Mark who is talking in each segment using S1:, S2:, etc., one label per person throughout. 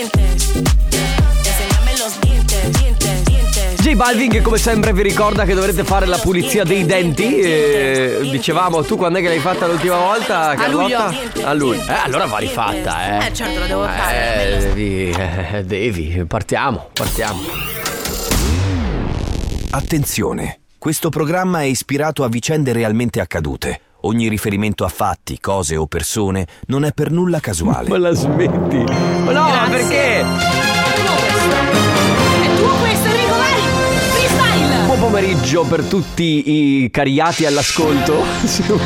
S1: dientes. Enséñame los dientes, dientes, dientes.
S2: J Balvin che come sempre vi ricorda che dovrete fare la pulizia dei denti e dicevamo tu quando è che l'hai fatta l'ultima volta? Carlotta?
S1: luglio.
S2: A luglio. Eh, allora va rifatta, eh.
S3: Eh, certo, la devo fare.
S2: Eh, devi, eh, devi, partiamo, partiamo.
S4: Attenzione, questo programma è ispirato a vicende realmente accadute. Ogni riferimento a fatti, cose o persone non è per nulla
S2: Ma
S4: casuale.
S2: la smetti? Ma no, ma perché?
S3: È tuo questo. È tuo questo, Enrico, vai! Freestyle!
S2: Buon pomeriggio per tutti i cariati all'ascolto. Se, vo-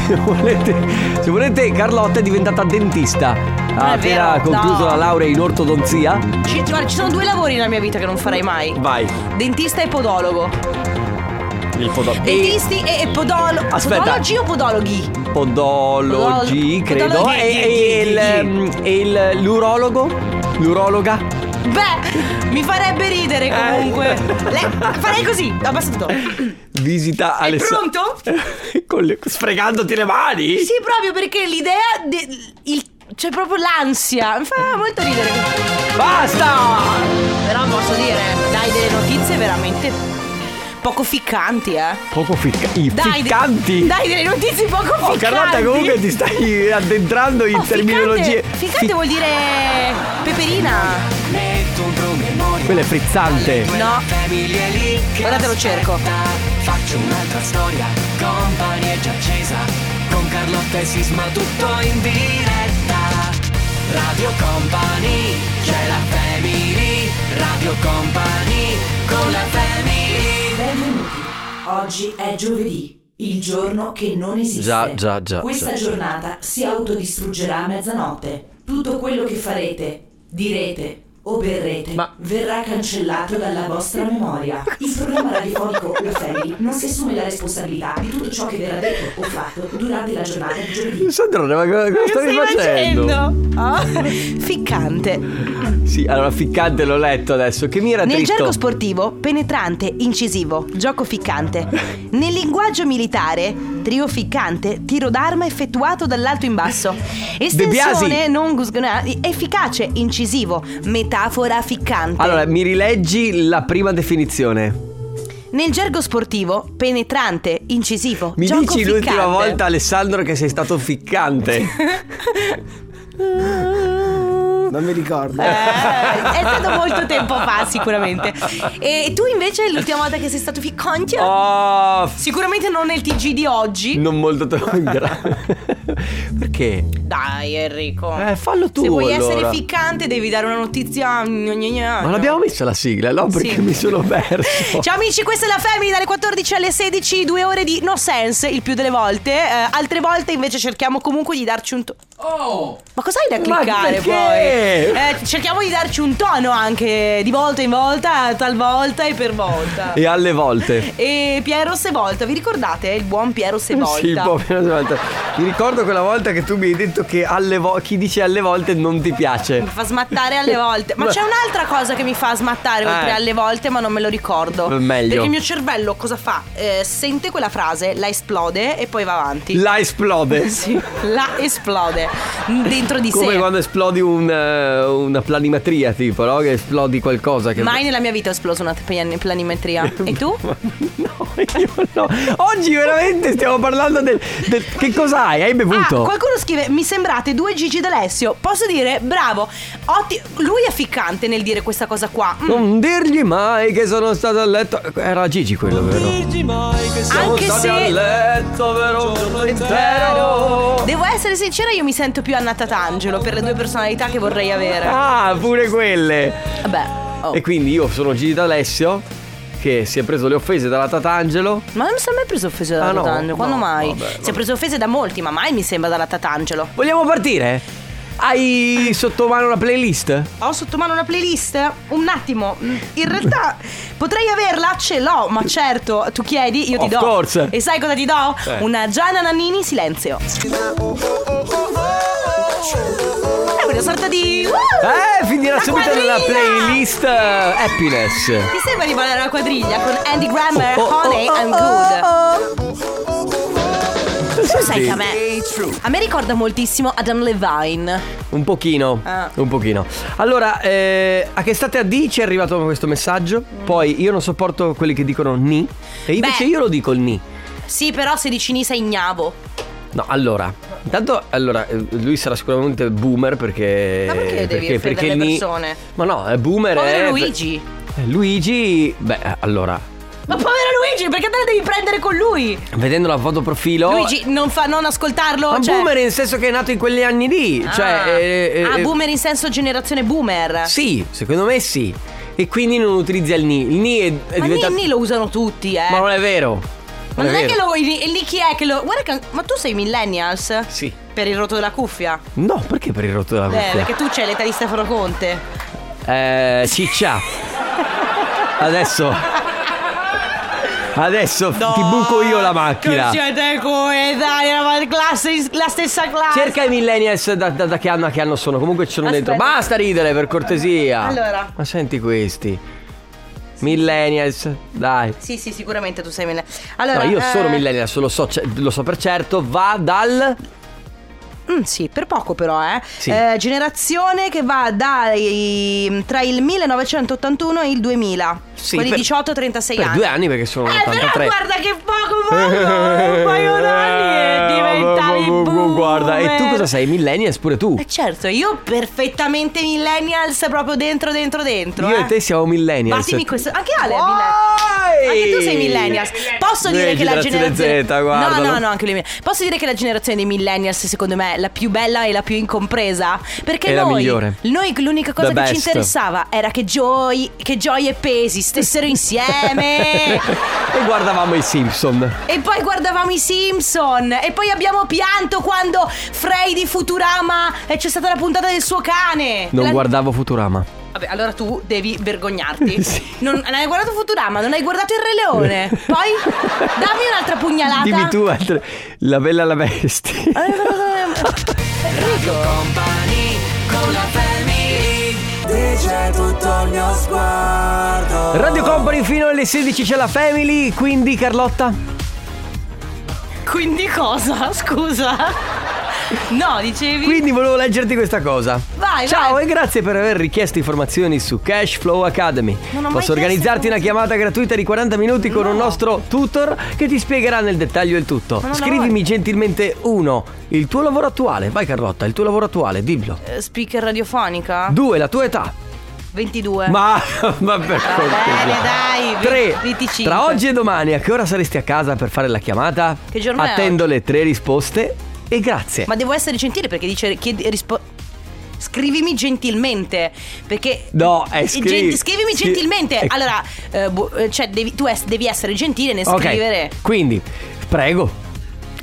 S2: se volete, se volete, Carlotta è diventata dentista. Ha
S3: è
S2: appena
S3: vero,
S2: concluso
S3: no.
S2: la laurea in ortodonzia.
S3: Ci, guarda, ci sono due lavori nella mia vita che non farei mai.
S2: Vai,
S3: Dentista e podologo.
S2: il podo-
S3: Dentisti e, e podolo-
S2: Aspetta.
S3: podologi o podologhi?
S2: podologi,
S3: Podolo-
S2: credo.
S3: podologi,
S2: E, e il, mm, e il- l'urologo? L'urologa?
S3: Beh, mi farebbe ridere comunque. Le- farei così, abbassa tutto.
S2: Visita
S3: È
S2: Alessandro.
S3: pronto?
S2: Con le- Sfregandoti le mani?
S3: Sì, proprio perché l'idea. de- il- c'è proprio l'ansia. Mi fa molto ridere.
S2: Basta!
S3: Però posso dire, dai delle notizie veramente poco ficcanti, eh.
S2: Poco ficca- i
S3: Dai, de-
S2: ficcanti.
S3: Dai delle notizie poco
S2: Oh,
S3: ficcanti.
S2: Carlotta, comunque ti stai addentrando in
S3: Oh,
S2: terminologie.
S3: Ficcante, ficcante vuol dire peperina.
S2: Quella è frizzante.
S3: No. Guardate lo cerco.
S5: Faccio un'altra storia, compagnia già accesa, con Carlotta e Sisma tutto in diretta. Radio Company, c'è la family, Radio Company, con la family.
S6: Benvenuti. Oggi è giovedì, il giorno che non esiste.
S2: Già, già, già,
S6: Questa
S2: già.
S6: giornata si autodistruggerà a mezzanotte. Tutto quello che farete, direte o berrete
S2: Ma-
S6: verrà cancellato dalla vostra memoria. Il programma radiofonico La Family non si assume la responsabilità di tutto ciò che verrà detto o fatto durante la giornata di giovedì.
S2: Sandrone, ma cosa, cosa stavi facendo?
S3: Oh, Ficcante.
S2: Sì, allora ficcante l'ho letto adesso. Che mi era
S3: Nel
S2: dritto.
S3: gergo sportivo, penetrante, incisivo, gioco ficcante. Nel linguaggio militare, trio ficcante, tiro d'arma effettuato dall'alto in basso. Estensione
S2: Biasi.
S3: non gus- efficace, incisivo, metafora ficcante.
S2: Allora, mi rileggi la prima definizione.
S3: Nel gergo sportivo, penetrante, incisivo,
S2: Mi
S3: gioco
S2: dici
S3: ficcante.
S2: l'ultima volta, Alessandro, che sei stato ficcante.
S7: Non mi ricordo.
S3: Eh, è stato molto tempo fa sicuramente. E tu invece l'ultima volta che sei stato ficcante?
S2: Oh, Mm. f-
S3: Sicuramente non nel TG di oggi.
S2: non molto te lo ingra- Perché?
S3: Dai Enrico.
S2: Eh, fallo tu,
S3: Se vuoi
S2: allora.
S3: essere ficcante devi dare una notizia.
S2: Ma l'abbiamo messa la sigla, no? Perché
S3: Sì.
S2: mi sono perso.
S3: Ciao amici, questa è la Family dalle 14 alle 16, due ore di no sense il più delle volte. Eh, altre volte invece cerchiamo comunque di darci un tono. Ma cos'hai da
S2: Oh! Ma
S3: cliccare
S2: perché?
S3: poi? Eh, cerchiamo di darci un tono anche di volta in volta, talvolta e per volta.
S2: E alle volte.
S3: E Piero Sevolta, vi ricordate il buon Piero Sevolta?
S2: Sì, proprio una volta. Mi ricordo quella volta che tu mi hai detto che alle vo- chi dice alle volte non ti piace.
S3: Mi fa smattare alle volte. Ma
S2: Ma-
S3: c'è un'altra cosa che mi fa smattare oltre
S2: Eh.
S3: alle volte, ma non me lo ricordo.
S2: Eh, meglio.
S3: Perché il mio cervello cosa fa? Eh, sente quella frase, la esplode e poi va avanti.
S2: La esplode.
S3: Sì, la esplode dentro di
S2: Come
S3: sé.
S2: quando esplodi un, eh, una planimetria, tipo, no? Che esplodi qualcosa. Che...
S3: Mai nella mia vita ho esploso una plan- planimetria. E tu?
S2: No, io no. Oggi veramente stiamo parlando del. del- Che cos'hai? Hai
S3: Ah,
S2: bevuto?
S3: qualcuno scrive: Mi sembrate due Gigi d'Alessio. Posso dire, bravo. otti- Lui è ficcante nel dire questa cosa qua. Mm,
S2: Non dirgli mai che sono stato a letto. Era Gigi quello, vero?
S3: Anche se.
S2: letto, vero? Un giorno intero.
S3: Devo essere sincera, io mi sento più Anna Tatangelo per le due personalità che vorrei avere.
S2: Ah, pure quelle.
S3: Vabbè. oh.
S2: E quindi io sono Gigi D'Alessio che si è preso le offese dalla Tatangelo.
S3: Ma non mi sono mai preso offese dalla
S2: Ah, no?
S3: Tatangelo. Quando
S2: No,
S3: mai?
S2: vabbè,
S3: si è preso offese da molti, ma mai mi sembra dalla Tatangelo.
S2: Vogliamo partire? Hai sotto mano una playlist?
S3: Ho sotto mano una playlist? Un attimo, mm, in realtà potrei averla, ce l'ho, ma certo, tu chiedi, io ti
S2: Of
S3: do.
S2: course.
S3: E sai cosa ti do? Una Gianna Nannini silenzio. È una sorta di.
S2: Eh, finirà
S3: La
S2: subito nella
S3: quadriglia!
S2: playlist eh, Happiness.
S3: Ti sembra di volare la quadriglia con Andy Grammer,
S2: Oh, oh,
S3: Honey,
S2: oh,
S3: I'm
S2: oh,
S3: Good. Tu sai che a me. A me ricorda moltissimo Adam Levine.
S2: Un pochino,
S3: Ah.
S2: un pochino. Allora, eh, a che state a D ci è arrivato questo messaggio. Poi io non sopporto quelli che dicono ni. E invece
S3: Beh.
S2: io lo dico il ni.
S3: Sì, però se dici ni sei ignavo.
S2: No, allora, intanto allora, eh, lui sarà sicuramente boomer perché.
S3: Ma perché devi offendere
S2: perché
S3: le
S2: ni-
S3: persone?
S2: Ma no, è boomer.
S3: Povero
S2: è-
S3: Luigi.
S2: Eh, Luigi, beh, eh, allora,
S3: Ma povero Luigi, perché te la devi prendere con lui?
S2: vedendo la foto profilo.
S3: Luigi, non, fa, non ascoltarlo.
S2: Oh. Ma
S3: cioè-
S2: boomer nel senso che è nato in quegli anni lì.
S3: Ah.
S2: Cioè. eh, eh,
S3: ah,
S2: eh,
S3: boomer in senso generazione boomer.
S2: Sì, secondo me sì. E quindi non utilizza il ni. Il ni è, è
S3: Ma
S2: diventato.
S3: Ninni lo usano tutti, eh.
S2: Ma non è vero. Non
S3: Ma non è,
S2: vero.
S3: che lo. il- Lì chi è che lo. Guarda che. Ma tu sei millennials?
S2: Sì.
S3: Per il rotto della cuffia?
S2: No, perché per il rotto della
S3: Eh,
S2: cuffia?
S3: perché tu c'hai l'età di Stefano Conte.
S2: Eh, ciccia. Adesso. Adesso ti buco io la macchina.
S3: Non siete coetanei, eravate classe- la stessa classe.
S2: Cerca i millennials da, da- da che anno a che anno sono. Comunque ci sono
S3: Aspetta.
S2: dentro. Basta ridere, per cortesia.
S3: Allora.
S2: Ma senti questi. Millennials, dai.
S3: Sì, sì, sicuramente tu sei millennial. Allora,
S2: No, io sono
S3: eh,
S2: millennials, lo so, ce- lo so per certo. Va dal.
S3: Mm, sì, per poco però, eh.
S2: Sì.
S3: Eh, generazione che va dai, tra il 1981 e il 2000.
S2: Sì,
S3: Quelli
S2: per-
S3: 18-36
S2: per
S3: anni.
S2: due anni perché sono
S3: Eh,
S2: 83.
S3: però guarda che poco poco un paio d'anni e diventavi boomer.
S2: Guarda, e tu cosa sei? Millennials pure tu.
S3: Eh, certo, io perfettamente millennials proprio dentro, dentro, dentro.
S2: Io
S3: eh.
S2: e te siamo millennials.
S3: Battimi questo. Anche Ale è
S2: Vai!
S3: millennials. Anche tu sei millennials. Posso
S2: Lui è
S3: dire che la
S2: generazione
S3: generazione
S2: Z, guardalo.
S3: No, no, no, anche lui. è millennial. Posso dire che la generazione dei millennials secondo me è la più bella e la più incompresa, perché
S2: È la
S3: noi
S2: migliore.
S3: noi l'unica cosa
S2: The
S3: che ci
S2: best.
S3: interessava era che Joy che Joy e Pesi stessero insieme.
S2: e guardavamo i Simpson.
S3: E poi guardavamo i Simpson E poi abbiamo pianto quando Frey di Futurama eh, C'è stata la puntata del suo cane
S2: Non
S3: La-
S2: guardavo Futurama.
S3: Vabbè, allora tu devi vergognarti. Non, non hai guardato Futurama, non hai guardato il Re Leone. Poi dammi un'altra pugnalata.
S2: Dimmi tu altre. La bella e la bestia.
S3: Eh.
S2: Radio Company fino alle 16 c'è la Family, quindi Carlotta.
S3: Quindi cosa? Scusa. No, dicevi.
S2: Quindi volevo leggerti questa cosa.
S3: Vai,
S2: Ciao
S3: vai.
S2: e grazie per aver richiesto informazioni su Cash Flow Academy.
S3: Non ho mai
S2: Posso
S3: chiesto
S2: organizzarti una chiamata gratuita di 40 minuti con un nostro tutor che ti spiegherà nel dettaglio il tutto.
S3: non ho
S2: Scrivimi gentilmente uno, il tuo lavoro attuale. Vai Carlotta, il tuo lavoro attuale, dillo.
S3: Eh, Speaker radiofonica?
S2: Due, la tua età.
S3: 22.
S2: Ma, ma per
S3: Va bene, Eh. Ah, dai, vi-
S2: 3.
S3: 25.
S2: Tra oggi e domani, a che ora saresti a casa per fare la chiamata?
S3: Che giorno è
S2: Attendo le tre risposte e grazie.
S3: Ma devo essere gentile perché dice. Chiedi, rispo- scrivimi gentilmente. Perché.
S2: No, è
S3: Gen-
S2: scri-
S3: scrivimi
S2: sì,
S3: gentilmente.
S2: è-
S3: Allora, eh, bu- eh, cioè, devi, tu es- devi essere gentile nel
S2: Ok,
S3: scrivere.
S2: Quindi, prego.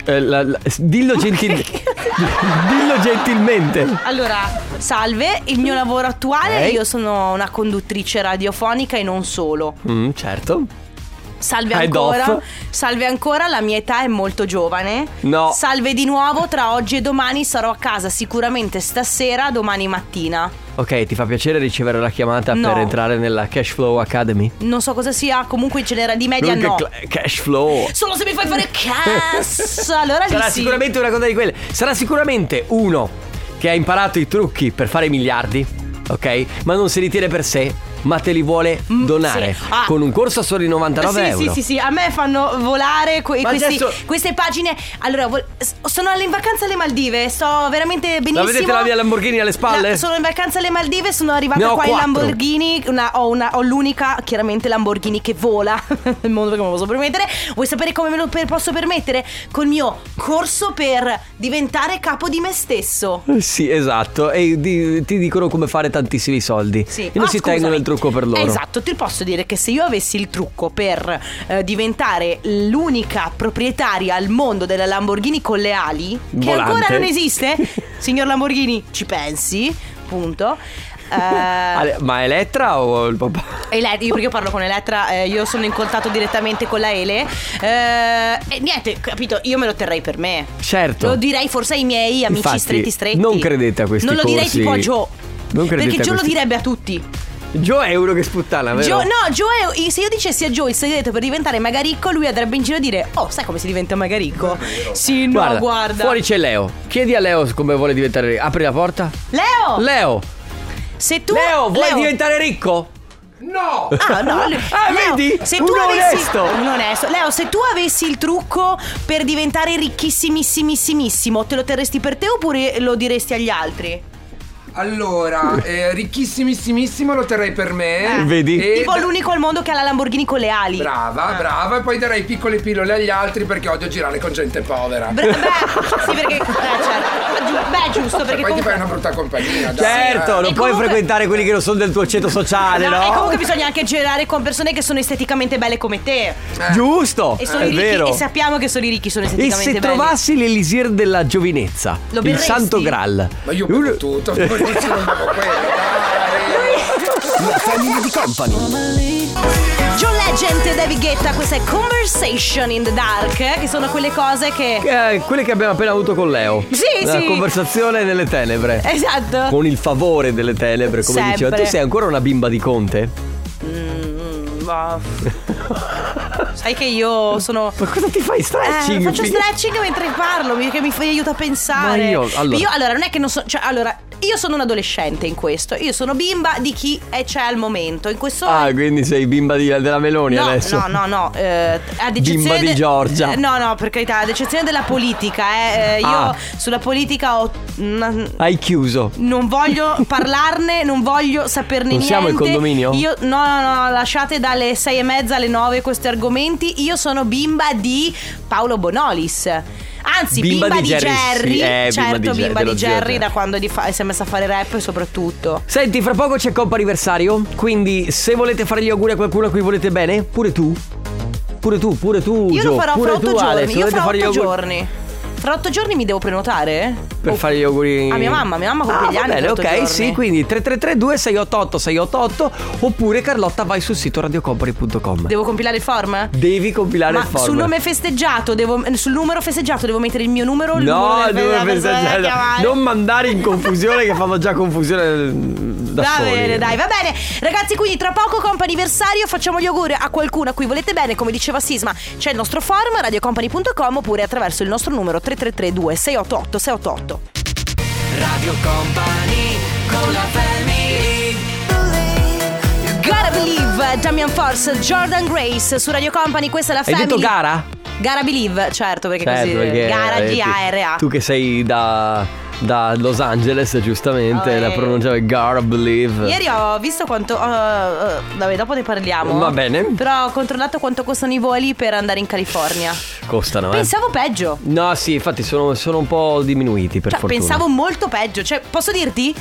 S2: Eh, la- la- s- dillo, gentil- dillo gentilmente.
S3: Allora, salve, il mio lavoro attuale,
S2: Ok.
S3: io sono una conduttrice radiofonica e non solo.
S2: Mm, certo.
S3: Salve
S2: Head
S3: ancora.
S2: off.
S3: Salve ancora, la mia età è molto giovane.
S2: No.
S3: Salve di nuovo, tra oggi e domani sarò a casa sicuramente stasera, domani mattina.
S2: Ok, ti fa piacere ricevere la chiamata
S3: No.
S2: per entrare nella Cash Flow Academy?
S3: Non so cosa sia, comunque genera di media
S2: Comunque
S3: Eh, no.
S2: cla- cash Flow.
S3: solo se mi fai fare cazzo. Allora lì
S2: Sarà
S3: sì.
S2: sicuramente una cosa di quelle. Sarà sicuramente uno che ha imparato i trucchi per fare i miliardi, ok? Ma non se li tiene per sé, ma te li vuole
S3: Mm,
S2: donare
S3: sì. Ah.
S2: con un corso a soli 99
S3: sì,
S2: euro.
S3: Sì, sì, sì, a me fanno volare que-
S2: Ma
S3: questi-
S2: adesso-
S3: queste pagine. Allora, vol- s- sono alle- in vacanza alle Maldive, sto veramente benissimo.
S2: vedete la mia Lamborghini alle spalle?
S3: sono in vacanza alle Maldive, sono arrivata
S2: Ne ho
S3: qua in
S2: quattro.
S3: Lamborghini, una- ho, una- ho l'unica, chiaramente Lamborghini che vola, nel mondo perché me lo posso permettere. Vuoi sapere come me lo per- posso permettere? Col mio corso per diventare capo di me stesso.
S2: Sì, esatto. E di- ti dicono come fare tantissimi soldi.
S3: Sì.
S2: E non
S3: Ah,
S2: si
S3: scusami.
S2: tengono il trucco per loro.
S3: Esatto, ti posso dire che se io avessi il trucco per eh, diventare l'unica proprietaria al mondo della Lamborghini con le ali, che
S2: Volante.
S3: ancora non esiste, signor Lamborghini, ci pensi, punto. Eh,
S2: Ale- Ma Elettra o il papà?
S3: Ele- io, perché io parlo con Elettra, eh, io sono in contatto direttamente con la Ele. eh, e niente, capito, io me lo terrei per me.
S2: Certo.
S3: Lo direi forse ai miei amici
S2: Infatti,
S3: stretti stretti.
S2: non credete a questi
S3: Non lo direi
S2: corsi-
S3: tipo a Joe.
S2: Non credete
S3: Perché
S2: a
S3: Joe lo
S2: questi-
S3: direbbe a tutti.
S2: Joe è uno che sputtana, vero?
S3: Gio- no, Joe, se io dicessi a Joe il segreto per diventare magaricco, lui andrebbe in giro a dire: Oh, sai come si diventa magaricco? Sì, no, guarda.
S2: Fuori c'è Leo. Chiedi a Leo come vuole diventare ricco. Apri la porta.
S3: Leo!
S2: Leo!
S3: se Oh. tu.
S2: Leo, vuoi diventare ricco?
S3: Ah, no, lui-
S2: Ah,
S3: Leo,
S2: vedi?
S3: Se
S2: Un
S3: tu
S2: onesto.
S3: avessi. Un onesto. Leo, se tu avessi il trucco per diventare ricchissimissimissimo, te lo terresti per te oppure lo diresti agli altri?
S8: Allora, eh, ricchissimissimo lo terrei per me.
S2: Eh. Vedi? Ah.
S8: E-
S3: tipo l'unico al mondo che ha la Lamborghini con le ali.
S8: Brava, brava, e poi darei piccole pillole agli altri perché odio girare con gente povera.
S3: Bra- beh, sì, perché. eh, certo. Giu- Beh, giusto,
S8: Cioè,
S3: perché.
S8: poi ti fai
S3: comunque-
S8: una brutta compagnia. dai,
S2: Certo,
S8: eh.
S2: non
S3: E
S2: puoi
S3: comunque-
S2: frequentare quelli che non sono del tuo ceto sociale, no?
S3: No, E comunque bisogna anche girare con persone che sono esteticamente belle come te.
S8: Eh.
S2: Giusto,
S3: E sono
S2: è
S3: i ricchi.
S2: vero.
S3: E sappiamo che sono i ricchi sono
S2: E
S3: esteticamente
S2: se
S3: belli.
S2: trovassi l'elisir della giovinezza,
S3: Lo
S2: il
S3: berresti?
S2: santo graal.
S8: Ma io
S2: Uno-
S8: bevo tutto, poi dici non bevo quello. dai.
S4: La family di company.
S3: John Legend e David Guetta, questa è Conversation in the Dark, eh, che sono quelle cose che.
S2: Eh, quelle che abbiamo appena avuto con Leo.
S3: Sì,
S2: La
S3: sì.
S2: conversazione nelle tenebre.
S3: Esatto.
S2: Con il favore delle tenebre, come
S3: Sempre.
S2: diceva. Tu sei ancora una bimba di Conte?
S3: Ma- Mm, Sai che io sono.
S2: Ma cosa ti fai
S3: Eh,
S2: stretching?
S3: faccio
S2: figa?
S3: stretching mentre parlo, mi- che mi fa- aiuta a pensare.
S2: Ma io, allora-
S3: Io, non è che non so. Cioè, allora, io sono un adolescente in questo. Io sono bimba di chi è- c'è al momento. In questo
S2: Ah, quindi sei bimba di- della Meloni
S3: No,
S2: adesso?
S3: no, no, no. eh, ad eccezione
S2: Bimba di
S3: de-
S2: Giorgia.
S3: eh, no, no, per carità, ad eccezione della politica, eh, eh, io
S2: Ah.
S3: sulla politica ho. n-
S2: Hai chiuso.
S3: non voglio parlarne, non voglio saperne
S2: Non
S3: niente.
S2: siamo il condominio?
S3: Io, no, no, no, lasciate dalle sei e mezza alle nove questi argomenti. Io sono bimba di Paolo Bonolis. Anzi,
S2: Bimba
S3: bimba,
S2: di
S3: di
S2: Jerry,
S3: Jerry.
S2: sì, eh, bimba
S3: certo,
S2: di Jerry,
S3: bimba
S2: dello
S3: di
S2: zio
S3: Jerry
S2: Jerry.
S3: da quando di fa- si è messa a fare rap soprattutto.
S2: Senti, fra poco c'è Coppa anniversario, quindi se volete fare gli auguri a qualcuno a cui volete bene, pure tu. Pure tu, pure tu.
S3: Io
S2: Gio,
S3: lo farò
S2: pure
S3: fra
S2: tu,
S3: otto
S2: Ale,
S3: giorni.
S2: se
S3: Io
S2: volete
S3: fra
S2: fare gli
S3: otto
S2: auguri
S3: giorni. Fra otto giorni mi devo prenotare?
S2: Per
S3: O-
S2: fare gli auguri
S3: A mia mamma, mia mamma
S2: con
S3: compie gli anni
S2: Bene,
S3: tra
S2: ok,
S3: otto giorni.
S2: sì, quindi 3332 688 688 oppure Carlotta vai sul sito radiocompany.com.
S3: Devo compilare il form?
S2: Devi compilare
S3: Ma
S2: il form.
S3: sul nome festeggiato devo, sul numero festeggiato devo mettere il mio numero o il
S2: No,
S3: numero della-
S2: non,
S3: della persona da chiamare?
S2: non mandare in confusione che fanno già confusione mm, da
S3: Va
S2: soli.
S3: bene, dai, va bene. Ragazzi, quindi tra poco comp'anniversario facciamo gli auguri a qualcuno a cui volete bene, come diceva Sisma. C'è il nostro forum radiocompany.com oppure attraverso il nostro numero 333 2688 688.
S5: Radio Company con la family
S3: Gotta Believe, Damian Force, Jordan Grace su Radio Company, questa è la
S2: Hai
S3: family.
S2: detto gara?
S3: Gara Believe, certo, perché
S2: Certo,
S3: così
S2: perché,
S3: Gara
S2: eh,
S3: G A R A.
S2: Tu, tu che sei da, da Los Angeles, giustamente,
S3: Oh,
S2: la
S3: eh.
S2: pronuncia è Gara Believe.
S3: Ieri ho visto quanto. eh, eh, vabbè, dopo ne parliamo.
S2: Va bene.
S3: Però ho controllato quanto costano i voli per andare in California.
S2: Costano, eh.
S3: Pensavo peggio.
S2: No, sì, infatti sono, sono un po' diminuiti per
S3: Cioè,
S2: fortuna.
S3: pensavo molto peggio. Cioè, posso dirti?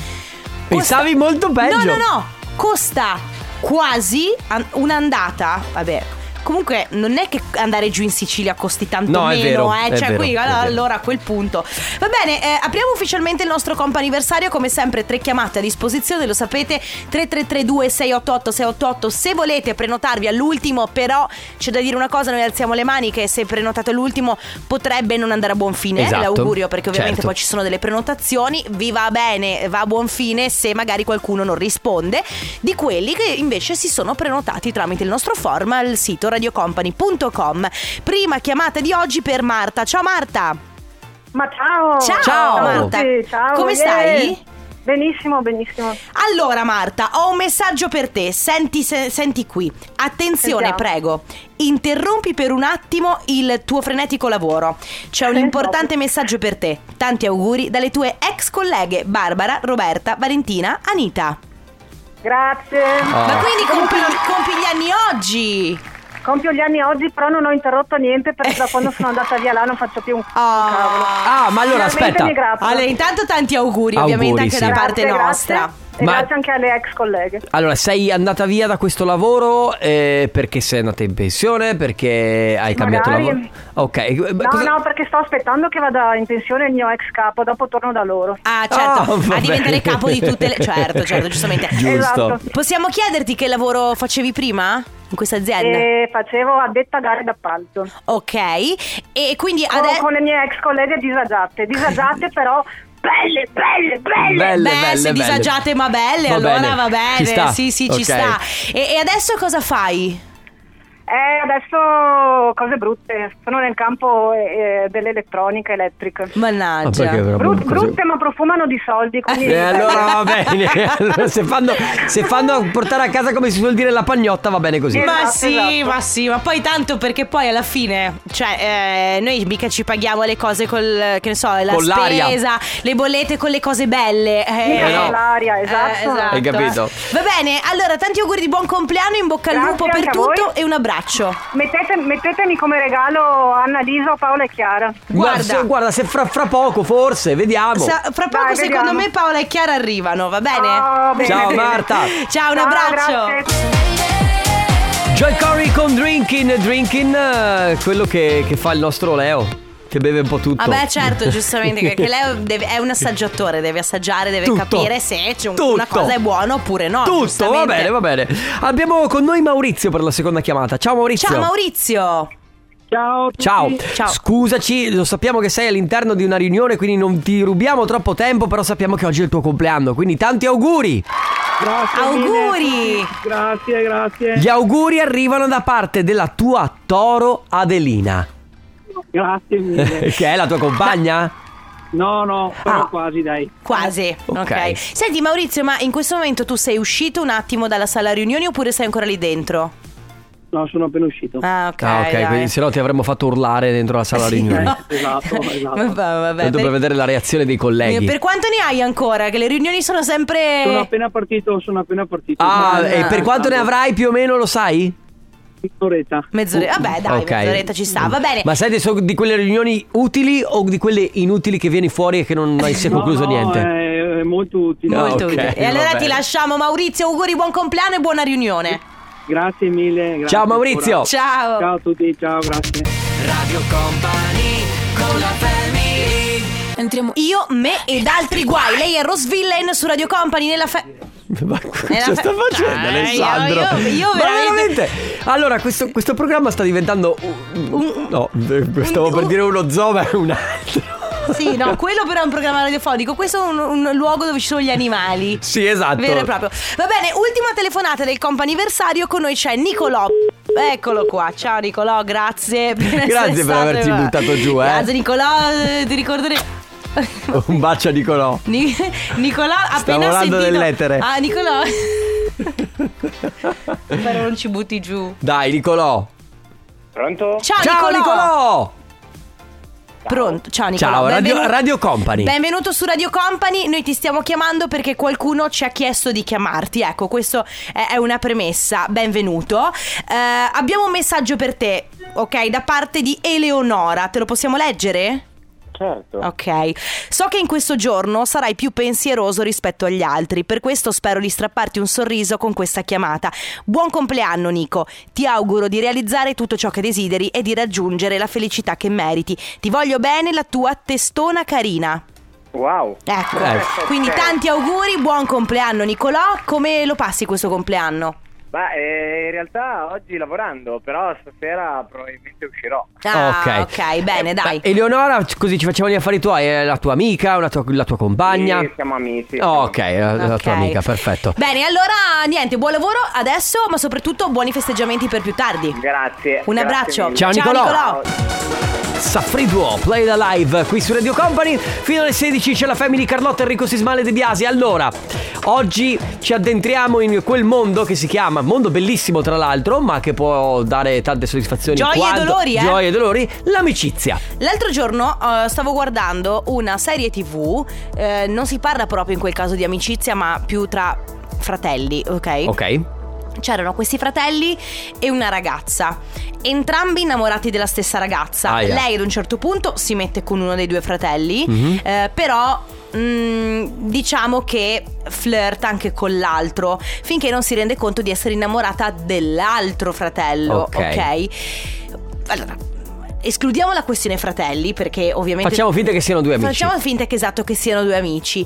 S2: Pensavi molto peggio?
S3: No, no, no. Costa quasi an- un'andata. Vabbè. Comunque non è che andare giù in Sicilia costi tanto
S2: No, è
S3: meno,
S2: vero,
S3: eh.
S2: è
S3: cioè,
S2: vero,
S3: quindi
S2: è
S3: allora,
S2: vero.
S3: allora a quel punto. Va bene, eh, apriamo ufficialmente il nostro comp'anniversario. Come sempre, tre chiamate a disposizione, lo sapete. 3332 688 688 se volete prenotarvi all'ultimo, però c'è da dire una cosa: noi alziamo le mani che se prenotate all'ultimo potrebbe non andare a buon fine. eh,
S2: Esatto,
S3: L'augurio, perché ovviamente
S2: certo.
S3: poi ci sono delle prenotazioni, vi va bene, va a buon fine se magari qualcuno non risponde, di quelli che invece si sono prenotati tramite il nostro form al sito radiocompany.com. Prima chiamata di oggi per Marta. Ciao Marta!
S9: Ma ciao!
S3: Ciao,
S2: Ciao.
S3: Marta!
S9: Sì, ciao,
S3: Come
S9: yeah.
S3: stai?
S9: Benissimo, benissimo.
S3: Allora Marta, ho un messaggio per te, senti, se- senti qui. Attenzione,
S9: Sentiamo.
S3: prego, interrompi per un attimo il tuo frenetico lavoro. C'è un importante messaggio per te. Tanti auguri dalle tue ex colleghe Barbara, Roberta, Valentina, Anita.
S9: Grazie.
S2: Ah.
S3: Ma quindi compi, compi gli anni oggi!
S9: Compio gli anni oggi, però non ho interrotto niente perché da quando sono andata via là non faccio più un c***o,
S3: Ah.
S9: cavolo.
S2: Ah, ma allora
S9: Finalmente
S2: aspetta.
S9: mi grazio.
S3: Allora, intanto tanti auguri,
S2: Auguri,
S3: ovviamente anche
S2: sì.
S3: da
S9: Grazie,
S3: parte
S9: grazie.
S3: nostra.
S9: E
S2: Ma-
S9: grazie anche alle ex colleghe.
S2: Allora, sei andata via da questo lavoro eh, perché sei andata in pensione, perché hai cambiato
S9: Magari.
S2: lavoro? Ok, eh, beh,
S9: No,
S2: cosa-
S9: no, perché sto aspettando che vada in pensione il mio ex capo, dopo torno da loro.
S3: Ah,
S2: Ah,
S3: certo,
S2: va
S3: a diventare
S2: bene.
S3: capo di tutte le... Certo, certo, giustamente.
S2: Giusto.
S9: Esatto.
S3: Possiamo chiederti che lavoro facevi prima in questa azienda?
S9: E facevo addetta gare d'appalto
S3: Ok, e quindi
S9: con,
S3: adesso...
S9: con le mie ex colleghe disagiate, disagiate però belle, belle, belle.
S2: Belle,
S3: Beh,
S2: belle,
S3: se
S2: belle.
S3: disagiate ma belle,
S2: Va
S3: allora
S2: bene.
S3: va bene.
S2: Ci sta?
S3: Sì, sì,
S2: Ok.
S3: ci sta. E, e adesso cosa fai?
S9: Eh, adesso cose brutte, sono nel campo eh, dell'elettronica elettrica.
S2: Ma
S3: Mannaggia.
S2: perché però
S9: Brut-
S2: così-
S9: brutte ma profumano di soldi, quindi...
S2: E allora va bene. Allora, se, fanno, se fanno portare a casa come si suol dire la pagnotta, va bene così.
S3: Ma
S9: Esatto,
S3: sì,
S9: esatto.
S3: ma sì, ma poi tanto perché poi alla fine, cioè, eh, noi mica ci paghiamo le cose col, eh, che ne so, la
S2: Con l'aria.
S3: spesa, le bollette con le cose belle. Eh,
S9: Mica
S2: Eh, no.
S9: con l'aria, esatto.
S2: Hai capito?
S3: Va bene, allora tanti auguri di buon compleanno, in bocca al
S9: Grazie
S3: lupo per
S9: anche a voi.
S3: tutto e un abbraccio.
S9: Mettete- mettetemi come regalo Annalisa, Paola e Chiara.
S2: Guarda,
S3: guarda.
S2: se, guarda, se fra, fra poco, forse, vediamo.
S3: Sa- fra poco
S9: Dai,
S3: secondo
S9: vediamo.
S3: me Paola e Chiara arrivano, va bene?
S9: Ah, bene,
S2: Ciao
S9: bene.
S2: Marta.
S3: Ciao, un
S9: Ciao,
S3: abbraccio.
S9: grazie.
S2: Joy Corey con Drinking, Drinking, eh, quello che, che fa il nostro Leo, che beve un po' tutto.
S3: Vabbè, certo, giustamente, perché lei deve- è un assaggiatore, deve assaggiare, deve
S2: Tutto.
S3: capire se c'è un-
S2: Tutto.
S3: una cosa è buona oppure no.
S2: Tutto, va
S3: giustamente.
S2: bene, va bene. Abbiamo con noi Maurizio per la seconda chiamata. Ciao Maurizio.
S3: Ciao Maurizio.
S7: Ciao.
S2: Ciao.
S3: Ciao.
S2: scusaci, lo sappiamo che sei all'interno di una riunione, quindi non ti rubiamo troppo tempo, però sappiamo che oggi è il tuo compleanno, quindi tanti auguri.
S7: Grazie.
S3: Auguri.
S7: Grazie, grazie.
S2: Gli auguri arrivano da parte della tua toro Adelina,
S7: Grazie mille.
S2: che è la tua compagna.
S7: No, no, però
S2: Ah.
S7: quasi dai.
S3: Quasi,
S2: Ok.
S3: ok. Senti Maurizio, ma in questo momento tu sei uscito un attimo dalla sala riunioni oppure sei ancora lì dentro?
S7: No, sono appena uscito.
S3: Ah, ok.
S2: ah, ok,
S3: dai.
S2: quindi se no ti avremmo fatto urlare dentro la sala riunione.
S7: Esatto, esatto.
S3: Vabbè, vabbè,
S2: Tanto per
S3: per-
S2: vedere la reazione dei colleghi.
S3: per quanto ne hai ancora? Che le riunioni sono sempre...
S7: Sono appena partito, sono appena partito.
S2: Ah,
S7: Sono
S2: e per quanto ne avrai più o meno lo sai?
S7: Mezz'oretta.
S3: Mezz'oretta, vabbè dai,
S2: Ok.
S3: mezz'oretta ci sta, va bene.
S2: Ma sai sono di quelle riunioni utili o di quelle inutili che vieni fuori e che non hai si è
S7: No,
S2: concluso
S7: no, eh,
S2: niente?
S7: È, è molto utile.
S2: No.
S3: Molto
S2: ok,
S3: utile. E
S2: va
S3: allora
S2: bene.
S3: ti lasciamo Maurizio, auguri, buon compleanno e buona riunione.
S7: Grazie mille. grazie
S2: Ciao, Maurizio.
S7: ancora.
S3: Ciao.
S7: Ciao a tutti, ciao, grazie.
S1: Entriamo
S3: Io, me ed altri guai. Lei è Rose Villain su Radio Company nella fe...
S2: Ma cosa
S3: Era fe-
S2: sta facendo
S3: Dai,
S2: Alessandro?
S3: io- io
S2: Ma
S3: veramente-
S2: veramente- Allora, questo, questo programma sta diventando. no, stavo
S3: un-
S2: per dire uno zoo, ma è un altro.
S3: Sì, no, quello però è un programma radiofonico. Questo è un, un luogo dove ci sono gli animali.
S2: Sì, esatto.
S3: Vero e proprio. Va bene, ultima telefonata del comp'anniversario. Con noi c'è Nicolò. Eccolo qua. Ciao Nicolò, grazie. Per essere
S2: Grazie per
S3: stato,
S2: averci
S3: ma-
S2: buttato giù, eh.
S3: Grazie Nicolò, eh, ti ricorderei.
S2: Un bacio a Nicolò.
S3: Ni- Nicolò appena ho
S2: volando
S3: sentito
S2: nell'etere.
S3: Ah Nicolò Spero non ci butti giù
S2: Dai, Nicolò.
S10: Pronto?
S3: Ciao,
S2: Ciao,
S3: Ah, Nicolò.
S2: Nicolò.
S3: Pronto Ciao Nicolò
S2: Ciao, Radio,
S3: Benvenuto-
S2: Radio Company.
S3: Benvenuto su Radio Company, noi ti stiamo chiamando perché qualcuno ci ha chiesto di chiamarti, ecco questo è è una premessa, benvenuto. Eh, abbiamo un messaggio per te, ok, da parte di Eleonora, te lo possiamo leggere?
S10: Certo.
S3: Ok, so che in questo giorno sarai più pensieroso rispetto agli altri, per questo spero di strapparti un sorriso con questa chiamata. Buon compleanno Nico, ti auguro di realizzare tutto ciò che desideri e di raggiungere la felicità che meriti. Ti voglio bene la tua testona carina.
S10: Wow.
S3: Ecco,
S2: Ecco.
S3: quindi
S10: Ok.
S3: tanti auguri, buon compleanno Nicolò, come lo passi questo compleanno?
S10: Ma eh, in realtà oggi lavorando, però stasera probabilmente uscirò.
S3: Ah, ok, bene, dai.
S2: Eh, Ma Eleonora, c- così ci facciamo gli affari tuoi. È la tua amica, una tua- la tua compagna.
S10: Sì, siamo amici.
S2: Oh, ok, la, la
S3: Ok.
S2: tua amica, perfetto.
S3: Bene, allora niente, buon lavoro adesso, ma soprattutto buoni festeggiamenti per più tardi.
S10: Grazie.
S3: Un
S10: grazie
S3: abbraccio.
S10: mille.
S2: Ciao, Nicolò.
S3: Nicolò.
S2: Safriduo, Play the Live qui su Radio Company. Fino alle 16 c'è la Family Carlotta Enrico Sismale De Biasi. Allora, oggi ci addentriamo in quel mondo che si chiama, mondo bellissimo tra l'altro, ma che può dare tante soddisfazioni.
S3: Gioie e
S2: quando-
S3: dolori, eh.
S2: Gioie e dolori, l'amicizia.
S3: L'altro giorno eh, stavo guardando una serie tv, eh, non si parla proprio in quel caso di amicizia, ma più tra fratelli, ok?
S2: Ok?
S3: C'erano questi fratelli e una ragazza, entrambi innamorati della stessa ragazza.
S2: Aia.
S3: Lei ad un certo punto si mette con uno dei due fratelli,
S2: Mhm.
S3: eh, però mm, diciamo che flirta anche con l'altro, finché non si rende conto di essere innamorata dell'altro fratello,
S2: Ok.
S3: ok? Allora, escludiamo la questione fratelli perché ovviamente...
S2: Facciamo finta che siano due amici.
S3: Facciamo finta che esatto che siano due amici.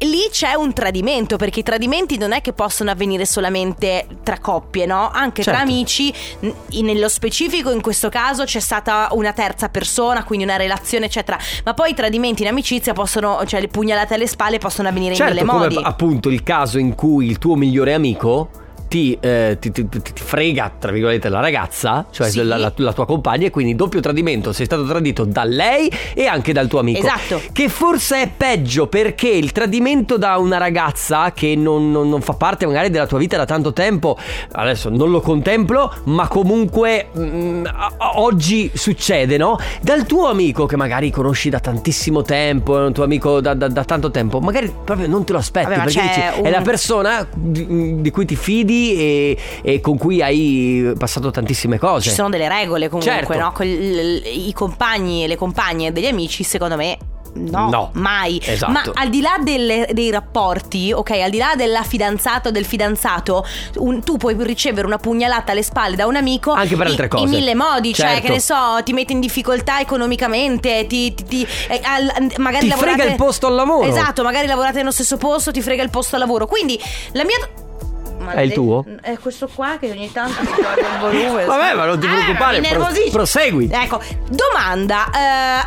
S3: Lì c'è un tradimento perché i tradimenti non è che possono avvenire solamente tra coppie, no? Anche tra
S2: Certo.
S3: amici. N- in- Nello specifico in questo caso c'è stata una terza persona, quindi una relazione, eccetera. Ma poi i tradimenti in amicizia possono, cioè le pugnalate alle spalle possono avvenire in
S2: Certo,
S3: mille
S2: come
S3: modi.
S2: appunto il caso in cui il tuo migliore amico ti, eh, ti- ti- ti- ti frega, tra virgolette, la ragazza, cioè
S3: Sì.
S2: la, la- la tua compagna, e quindi doppio tradimento, sei stato tradito da lei e anche dal tuo amico.
S3: Esatto.
S2: Che forse è peggio perché il tradimento da una ragazza che non, non- non fa parte magari della tua vita da tanto tempo, adesso non lo contemplo, ma comunque mm, a- a- oggi succede, no? Dal tuo amico che magari conosci da tantissimo tempo, è un tuo amico da, da- da tanto tempo, magari proprio non te lo aspetti
S3: Vabbè, ma
S2: perché
S3: c'è
S2: dici,
S3: un-
S2: è la persona di, di cui ti fidi e, e con cui hai passato tantissime cose.
S3: Ci sono delle regole comunque,
S2: Certo.
S3: no? Col- l- I compagni e le compagne degli amici, secondo me. No,
S2: No.
S3: mai.
S2: Esatto.
S3: Ma al di là delle- dei rapporti, ok, al di là della fidanzata o del fidanzato, un- tu puoi ricevere una pugnalata alle spalle da un amico
S2: Anche per
S3: in-
S2: altre
S3: in,
S2: cose.
S3: mille modi, cioè
S2: Certo.
S3: che ne so, ti mette in difficoltà economicamente, ti, ti- ti- eh, al- magari
S2: Ti
S3: lavorate-
S2: frega il posto al lavoro.
S3: Esatto, magari lavorate nello stesso posto, ti frega il posto al lavoro. Quindi la mia
S2: È il tuo?
S3: È questo qua che ogni tanto mi toglie il volume.
S2: Vabbè, ma non ti
S3: Ah,
S2: preoccupare,
S3: mi
S2: pro-
S3: nervosisco.
S2: prosegui.
S3: Ecco, domanda.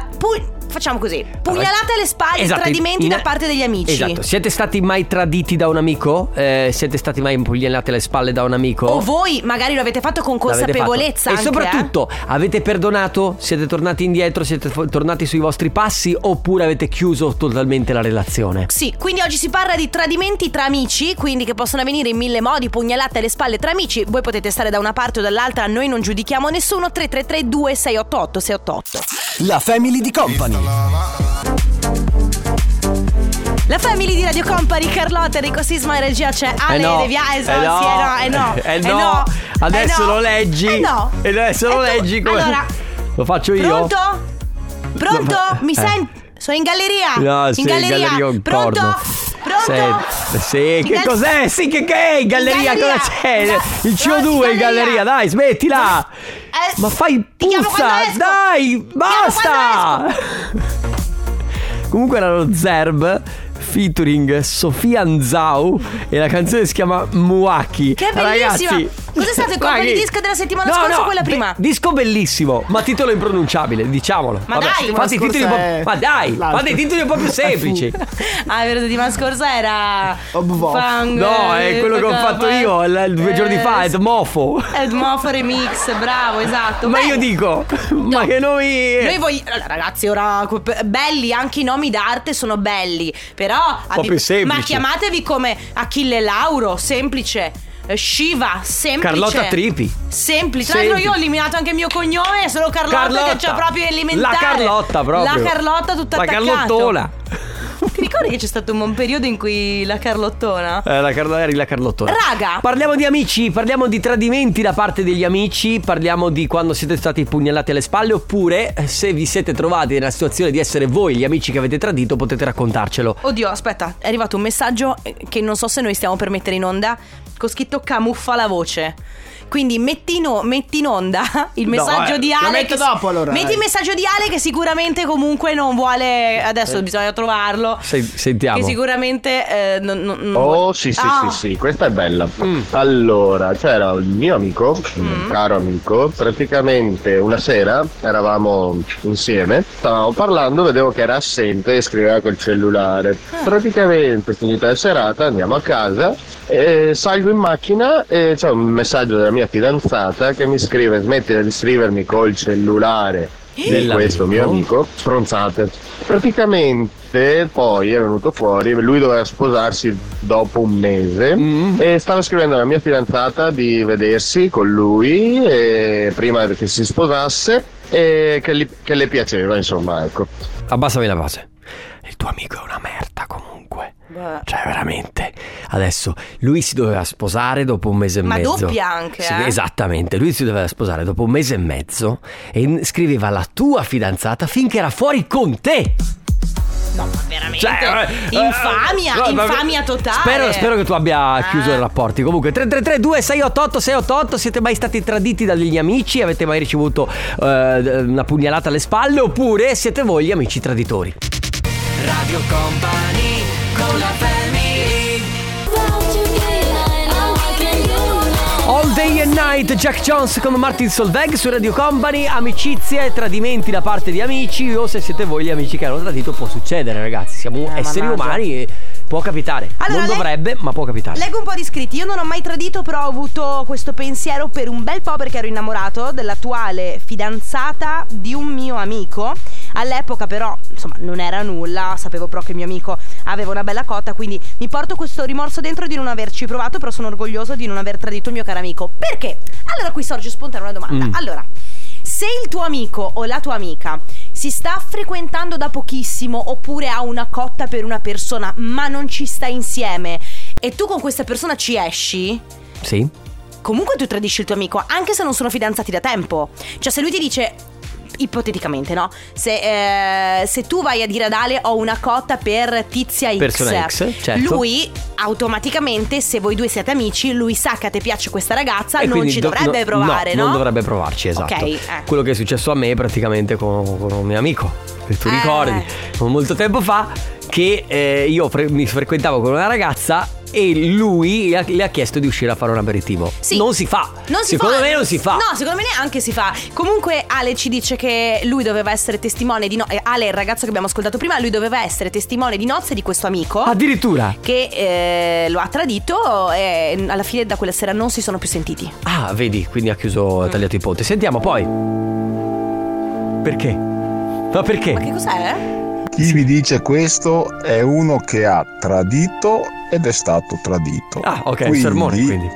S3: eh, pu- facciamo così: pugnalate alle spalle
S2: Esatto,
S3: i tradimenti
S2: in-
S3: da parte degli amici.
S2: Esatto. Siete stati mai traditi da un amico? Eh, siete stati mai impugnalati alle spalle da un amico?
S3: O voi magari lo avete fatto con
S2: L'avete fatto.
S3: consapevolezza. anche, eh?
S2: e soprattutto avete perdonato? Siete tornati indietro? Siete fo- tornati sui vostri passi? Oppure avete chiuso totalmente la relazione?
S3: eh. Sì, quindi oggi si parla di tradimenti tra amici, quindi che possono avvenire in mille modi, pugnalate alle spalle tra amici, voi potete stare da una parte o dall'altra, noi non giudichiamo nessuno, 333 2688 688.
S4: La Family di Company.
S3: La family di Radio Company, Carlotta, Enrico Sisma in regia c'è Ale De Viaes.
S2: eh no,
S3: sì, Ah, eh no, eh
S2: eh
S3: no,
S2: no, adesso
S3: eh no,
S2: lo leggi,
S3: Eh no.
S2: e adesso lo
S3: E tu-
S2: leggi come-
S3: Allora,
S2: Lo faccio io?
S3: pronto? Pronto?
S2: No,
S3: Mi
S2: eh.
S3: senti? Sono in galleria.
S2: No,
S3: in
S2: sì,
S3: galleria.
S2: galleria un
S3: pronto?
S2: corno.
S3: Pronto?
S2: Sì, sì,
S3: In
S2: che
S3: gal-
S2: cos'è? Sì, che, che è? Galleria,
S3: galleria.
S2: cosa c'è?
S3: No,
S2: Il CO2
S3: no,
S2: in galleria, dai, smettila!
S3: Eh,
S2: Ma fai
S3: ti chiamo
S2: puzza,
S3: quando esco.
S2: dai,
S3: Ti chiamo
S2: basta!
S3: quando
S2: Comunque erano Zerb featuring Sofia Nzau e la canzone si chiama Muaki.
S3: Che bellissima!
S2: Ragazzi,
S3: Cos'è stato il
S2: Muaki.
S3: componidisco della settimana
S2: No,
S3: scorsa o
S2: no,
S3: quella prima?
S2: be- disco bellissimo, ma titolo impronunciabile, diciamolo.
S3: Ma eh. dai!
S2: fate i titoli un po'- ma dai, fate i titoli un po' più semplici.
S3: Ah, è vero, settimana scorsa era. Fang-
S2: Oh, boh. No, è quello che ho fatto io il- due giorni
S3: Eh,
S2: fa, Edmofo.
S3: Edmofo Remix, bravo, esatto.
S2: Ma
S3: Beh,
S2: io dico, ma che noi.
S3: Noi vogliamo. Allora, ragazzi, ora. Belli, anche i nomi d'arte sono belli. Però. abbi-
S2: più semplici.
S3: Ma chiamatevi come Achille Lauro, semplice. eh, Shiva, semplice.
S2: Carlotta Tripi.
S3: Semplice. Tra l'altro, io ho
S2: Semplice.
S3: eliminato anche il mio cognome, è solo Carlotta,
S2: Carlotta.
S3: che c'è proprio elementare.
S2: La Carlotta, proprio.
S3: La Carlotta tutta
S2: La
S3: attaccato.
S2: Carlottona.
S3: Ti ricordi che c'è stato un buon periodo in cui la Carlottona?
S2: Eh, la Carlotta eri la Carlottona.
S3: Raga.
S2: Parliamo di amici, parliamo di tradimenti da parte degli amici, parliamo di quando siete stati pugnalati alle spalle oppure eh, se vi siete trovati nella situazione di essere voi gli amici che avete tradito potete raccontarcelo.
S3: Oddio, aspetta, è arrivato un messaggio eh, che non so se noi stiamo per mettere in onda. Con scritto camuffa la voce. Quindi metti in, o- metti in onda il messaggio
S11: eh,
S3: di
S11: lo
S3: Ale.
S11: metto
S3: che si-
S11: dopo, allora,
S3: Metti
S11: dai.
S3: il messaggio di Ale che sicuramente comunque non vuole. Adesso bisogna trovarlo.
S2: Se- sentiamo.
S3: Che sicuramente eh, non, non- non
S10: Oh
S3: vuole-
S10: sì sì
S3: Ah,
S10: sì sì, questa è bella. Allora, c'era il mio amico, un caro amico, praticamente una sera eravamo insieme, stavamo parlando, vedevo che era assente e scriveva col cellulare. Praticamente finita la serata andiamo a casa, e salgo in macchina e c'è un messaggio della mia fidanzata che mi scrive smettila di scrivermi col cellulare di
S2: Dell'amico.
S10: questo mio amico, stronzate. Praticamente poi è venuto fuori, lui doveva sposarsi dopo un mese
S2: Mm.
S10: e stava scrivendo alla mia fidanzata di vedersi con lui e- prima che si sposasse e che, gli- che le piaceva, insomma, ecco.
S2: Abbassami la base. Il tuo amico è una merda comunque. Cioè, veramente. Adesso lui si doveva sposare dopo un mese e
S3: Ma
S2: mezzo.
S3: doppia anche, eh?
S2: Esattamente, lui si doveva sposare dopo un mese e mezzo e n- scriveva la tua fidanzata finché era fuori con te.
S3: No, ma veramente.
S2: Cioè, eh, eh,
S3: infamia,
S2: eh, ma-
S3: infamia totale. Ah.
S2: Spero, spero che tu abbia chiuso i rapporti. Comunque, 333-2688-688, siete mai stati traditi dagli amici? Avete mai ricevuto eh, una pugnalata alle spalle? Oppure siete voi gli amici traditori?
S5: Radio Company con la family.
S2: All Day and Night, Jack Jones con Martin Solveig su Radio Company, amicizie, tradimenti da parte di amici o se siete voi gli amici che hanno tradito può succedere ragazzi, siamo esseri
S3: Eh, mannaggia.
S2: umani e può capitare,
S3: Allora,
S2: non
S3: lei-
S2: dovrebbe ma può capitare.
S3: Leggo un po' di scritti, io non ho mai tradito però ho avuto questo pensiero per un bel po' perché ero innamorato dell'attuale fidanzata di un mio amico. All'epoca però, insomma, non era nulla, sapevo però che mio amico aveva una bella cotta, quindi mi porto questo rimorso dentro di non averci provato, però sono orgoglioso di non aver tradito il mio caro amico. Perché? Allora qui sorge spontanea una domanda.
S11: Mm.
S3: Allora, se il tuo amico o la tua amica si sta frequentando da pochissimo oppure ha una cotta per una persona ma non ci sta insieme e tu con questa persona ci esci,
S2: Sì?
S3: comunque tu tradisci il tuo amico anche se non sono fidanzati da tempo. Cioè se lui ti dice, ipoteticamente no, se, eh, se tu vai a dire ad Ale ho una cotta per tizia X,
S2: Persona X, certo.
S3: lui automaticamente se voi due siete amici lui sa che a te piace questa ragazza,
S2: E
S3: non
S2: quindi
S3: ci
S2: do-
S3: dovrebbe
S2: no,
S3: provare, no?
S2: Non dovrebbe provarci, esatto.
S3: Ok, eh.
S2: Quello che è successo a me praticamente con, con un mio amico, che
S3: Eh.
S2: tu ricordi, non molto tempo fa, che eh, io fre- mi frequentavo con una ragazza e lui le ha, le ha chiesto di uscire a fare un aperitivo.
S3: Sì.
S2: Non si fa.
S3: Non si
S2: Secondo
S3: fa.
S2: me non si fa.
S3: No, secondo me neanche si fa. Comunque Ale ci dice che lui doveva essere testimone di no- eh, Ale, il ragazzo che abbiamo ascoltato prima, lui doveva essere testimone di nozze di questo amico.
S2: Addirittura.
S3: Che eh, lo ha tradito e mm, alla fine da quella sera non si sono più sentiti.
S2: Ah, vedi, quindi ha
S3: Mm.
S2: chiuso, ha tagliato i ponti. Sentiamo poi. Perché? Ma perché?
S3: Ma che cos'è?
S12: Chi vi dice questo è uno che ha tradito ed è stato tradito.
S2: Ah, ok, sermone, quindi.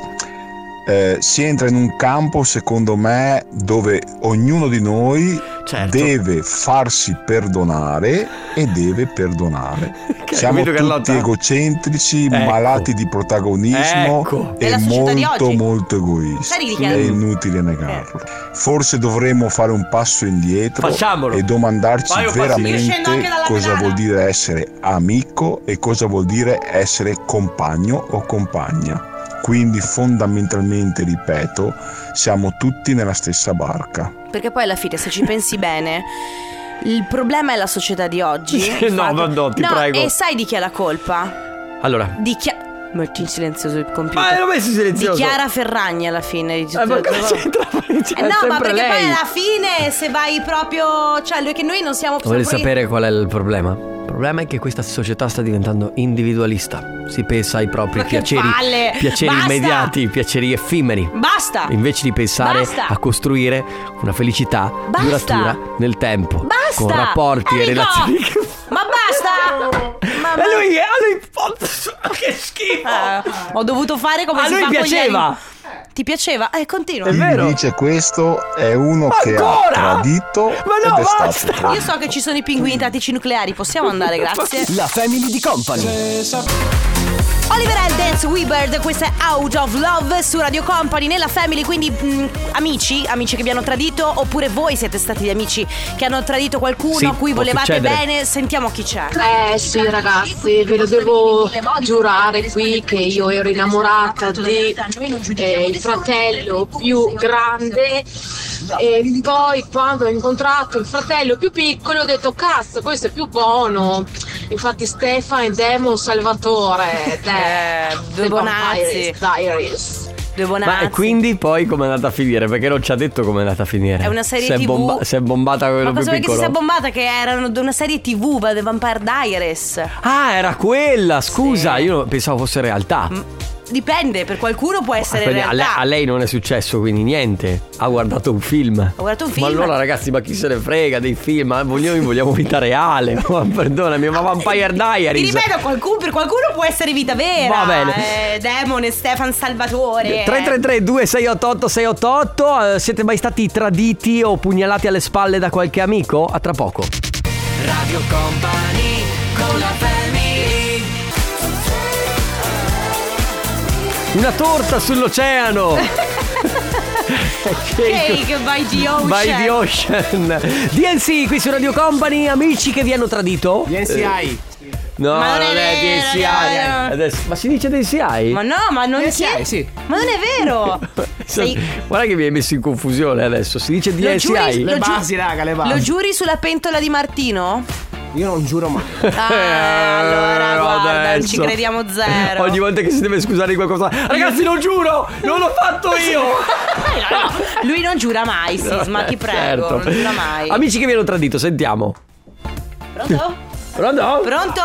S12: eh, si entra in un campo, secondo me, dove ognuno di noi
S2: Certo.
S12: deve farsi perdonare e deve perdonare. Siamo
S2: capito,
S12: tutti
S2: Carlotta?
S12: egocentrici,
S2: Ecco.
S12: malati di protagonismo
S2: Ecco.
S12: e
S3: È la società di
S12: molto,
S3: oggi.
S12: molto egoisti.
S3: Vedi chi
S12: È
S3: chiama?
S12: inutile negarlo. Forse dovremmo fare un passo indietro
S2: Certo. Facciamolo.
S12: e domandarci
S2: Vai un passo indietro. Io
S12: veramente
S2: scendo anche dalla
S12: cosa vuol dire essere amico e cosa vuol dire essere compagno o compagna. Quindi fondamentalmente, ripeto, siamo tutti nella stessa barca.
S3: Perché poi alla fine, se ci pensi bene, il problema è la società di oggi.
S2: Sì, no, ma no, ti prego.
S3: E sai di chi è la colpa?
S2: Allora.
S3: Di chi. Metti in silenzioso il computer.
S2: Ma l'ho messo in silenzioso.
S3: Di Chiara Ferragni alla fine. Di tutto,
S2: Eh, ma cosa c'entra?
S3: Eh no,
S2: sempre
S3: ma perché poi
S2: lei.
S3: alla fine se vai proprio. Cioè, lui che noi non siamo
S2: Volete
S3: siamo proprio-
S2: sapere qual è il problema? Il problema è che questa società sta diventando individualista. Si pensa ai propri
S3: Ma che
S2: piaceri,
S3: palle!
S2: piaceri
S3: Basta!
S2: immediati, piaceri effimeri.
S3: Basta!
S2: Invece di pensare
S3: Basta!
S2: a costruire una felicità
S3: Basta!
S2: duratura nel tempo,
S3: Basta!
S2: con rapporti
S3: Enrico!
S2: e relazioni. Che...
S3: Ma basta! Ma Eh,
S2: E lui, a lui che schifo!
S3: ho dovuto fare come
S2: A
S3: si
S2: lui
S3: fa con gli
S2: piaceva!
S3: amici. Ti piaceva? Eh, continua.
S12: Chi vi dice questo è uno che ha
S3: Ancora?
S12: tradito
S3: Ma no,
S12: ed è stato
S3: basta! Io
S12: tradito.
S3: so che ci sono i pinguini tattici nucleari, possiamo andare, grazie.
S2: La family di company.
S3: Oliver Eldens Weebird, questa è Out of Love su Radio Company nella Family, quindi mh, amici, amici che vi hanno tradito, oppure voi siete stati gli amici che hanno tradito qualcuno
S13: Sì,
S3: a cui
S13: può
S3: volevate
S13: succedere.
S3: bene, sentiamo chi c'è.
S13: Eh sì ragazzi, ve lo devo giurare qui che io ero innamorata di eh, il fratello più grande e poi quando ho incontrato il fratello più piccolo ho detto cazzo questo è più buono. Infatti Stefan e Demon Salvatore, the,
S3: due
S13: the
S3: bonazzi.
S13: Vampires Diaries.
S3: Due
S2: Ma e quindi poi com'è andata a finire? Perché non ci ha detto com'è andata a finire.
S3: È una serie
S2: si è
S3: TV.
S2: bomba- si è bombata con
S3: Ma
S2: quello più
S3: cosa vuoi che si
S2: piccolo.
S3: sia bombata che erano di una serie TV, The Vampire Diaries?
S2: Ah, era quella, scusa, io pensavo fosse realtà. Ah,
S3: Dipende, per qualcuno può Mm, essere
S2: Quindi a,
S3: realtà.
S2: lei, a lei non è successo quindi niente. Ha guardato un film. Ho
S3: guardato un film.
S2: Ma allora, ragazzi, ma chi se ne frega dei film? Ah, Ma Vogliamo, vogliamo vita reale. Ma perdonami, ma Vampire
S3: Ti
S2: Diaries.
S3: ripeto, qualcuno, per qualcuno può essere vita vera.
S2: Va bene.
S3: Eh, Demone, Stefan Salvatore.
S2: 333 2688 688 eh, Siete mai stati traditi o pugnalati alle spalle da qualche amico? A tra poco
S5: Radio Company con la family.
S2: Una torta sull'oceano
S3: Cake by the Ocean.
S2: By the Ocean. DNC qui su Radio Company, amici che vi hanno tradito.
S3: DNCI.
S2: Eh, No,
S3: Ma
S2: non,
S3: non è
S2: è
S3: vero,
S2: DNCI.
S3: dai, no.
S2: Adesso, ma si dice DNCI?
S3: Ma no, ma
S2: Eh,
S3: non c'è. Ma non è vero. Sei-
S2: Guarda che mi hai messo in confusione adesso. Si dice
S3: Lo
S2: DNCI.
S3: giuri, lo giu- Lo
S2: giuro.
S3: giuri sulla pentola di Martino? Ah,
S2: Io non giuro mai.
S3: allora, guarda, non ci crediamo zero.
S2: Eh, Ogni volta che si deve scusare di qualcosa. Ragazzi, lo giuro, non l'ho fatto io.
S3: Lui non giura mai, Sisma, ti prego,
S2: Certo.
S3: non giura mai.
S2: Amici che mi hanno tradito, sentiamo.
S3: Pronto?
S2: Pronto?
S3: Pronto?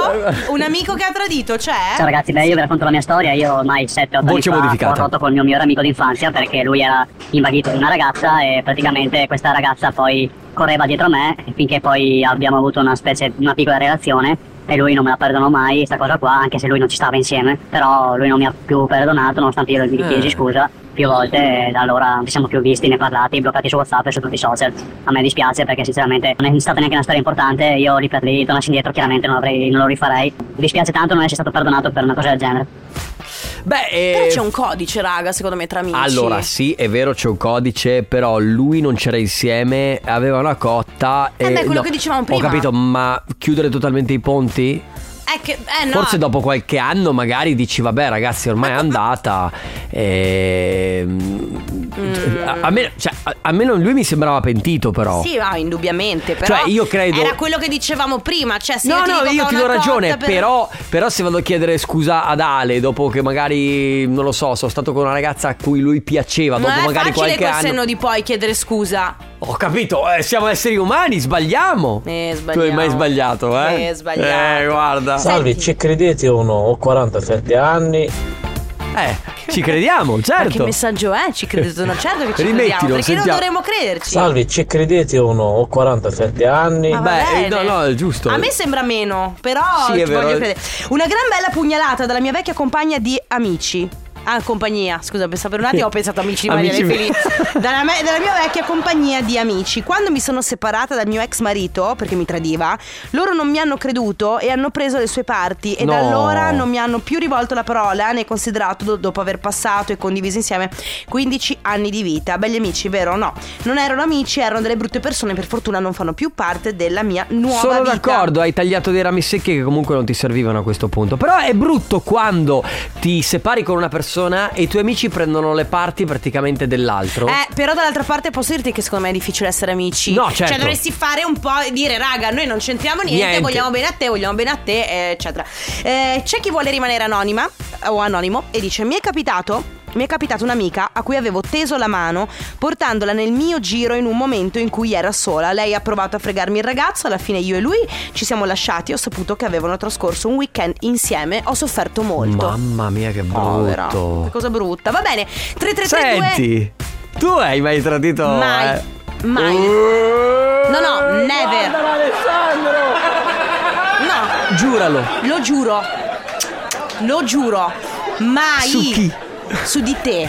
S3: Un amico che ha tradito, c'è?
S11: Ciao ragazzi, beh, io vi racconto la mia storia. Io ormai 7-8 anni
S2: Voce
S11: fa
S2: modificata.
S11: ho rotto col mio migliore amico d'infanzia perché lui era invaghito di una ragazza e praticamente questa ragazza poi correva dietro a me finché poi abbiamo avuto una specie, una piccola relazione e lui non me la perdonò mai, questa cosa qua, anche se lui non ci stava insieme, però lui non mi ha più perdonato nonostante io gli
S14: Eh.
S11: chiesi scusa più volte e da allora non ci siamo più visti né parlati, bloccati su Whatsapp e su tutti i social. A me dispiace perché sinceramente non è stata neanche una storia importante, io lì per lì tornassi indietro chiaramente non, avrei, non lo rifarei. Mi dispiace tanto non essere stato perdonato per una cosa del genere.
S2: Beh, eh,
S3: Però c'è un codice, raga, secondo me, tra amici.
S2: Allora, sì, è vero, c'è un codice, però lui non c'era insieme, aveva una cotta.
S3: Eh beh, quello che dicevamo prima.
S2: Ho capito, ma chiudere totalmente i ponti?
S3: È che, eh no.
S2: Forse dopo qualche anno magari dici vabbè ragazzi ormai è andata e... a, a me, cioè, a- almeno lui mi sembrava pentito però
S3: Mm. Sì, ma indubbiamente, però
S2: Cioè, io credo-
S3: Era quello che dicevamo prima, cioè se
S2: No,
S3: io ti
S2: no,
S3: dico
S2: io
S3: che
S2: ti
S3: ho
S2: do
S3: una
S2: ragione,
S3: cotta per-
S2: però, però se vado a chiedere scusa ad Ale dopo che magari, non lo so, sono stato con una ragazza a cui lui piaceva, dopo
S3: non è
S2: magari
S3: facile
S2: qualche
S3: col
S2: anno...
S3: senno di poi chiedere scusa.
S2: Ho capito, eh, siamo esseri umani, sbagliamo. Tu
S3: Eh,
S2: hai
S3: sbagliamo.
S2: mai sbagliato, eh?
S3: Eh, sbagliato.
S2: Eh, guarda.
S15: Salve, ci credete o no? Ho 47 anni.
S2: Eh, ci crediamo,
S3: Ma
S2: certo.
S3: che messaggio è? Ci credete? No, certo che ci
S2: Rimettilo,
S3: crediamo, perché non
S2: sentiamo.
S3: dovremmo crederci.
S15: Salve, ci credete o no? Ho 47 anni.
S3: Ma va Beh, eh, bene. no, no,
S2: è giusto.
S3: A me sembra meno, però
S15: Sì,
S3: ci
S15: è vero.
S3: voglio credere. Una gran bella pugnalata dalla mia vecchia compagna di amici. Ah, compagnia, scusa, pensavo per un attimo, ho pensato amici di Maria
S16: Amici
S3: dei
S16: miei.
S3: Felici. Dalla, me- dalla mia vecchia compagnia di amici. Quando mi sono separata dal mio ex marito, perché mi tradiva, loro non mi hanno creduto e hanno preso le sue parti. E da
S16: No.
S3: allora non mi hanno più rivolto la parola né considerato do- dopo aver passato e condiviso insieme 15 anni di vita. Belli amici, vero o no? Non erano amici, erano delle brutte persone. Per fortuna non fanno più parte della mia nuova
S2: Sono
S3: vita.
S2: d'accordo, hai tagliato dei rami secchi che comunque non ti servivano a questo punto. Però è brutto quando ti separi con una persona e i tuoi amici prendono le parti praticamente dell'altro.
S3: Eh, però dall'altra parte posso dirti che secondo me è difficile essere amici.
S2: Certo. No, certo.
S3: Cioè, dovresti fare un po' e dire, raga, noi non c'entriamo niente,
S2: Niente.
S3: vogliamo bene a te, vogliamo bene a te, eh, eccetera. Eh, c'è chi vuole rimanere anonima o anonimo e dice, mi è capitato... Mi è capitata un'amica a cui avevo teso la mano portandola nel mio giro in un momento in cui era sola. Lei ha provato a fregarmi il ragazzo, alla fine io e lui ci siamo lasciati, ho saputo che avevano trascorso un weekend insieme, ho sofferto molto.
S2: Mamma mia che
S3: Povera. Che
S2: brutto.
S3: cosa brutta. Va bene, 3332
S2: Senti, tu hai mai tradito...
S3: Mai.
S2: eh? Uh!
S3: Mai. No, no, never. No,
S2: Giuralo.
S3: lo giuro. Lo giuro. Mai.
S2: Su chi?
S3: Su di te.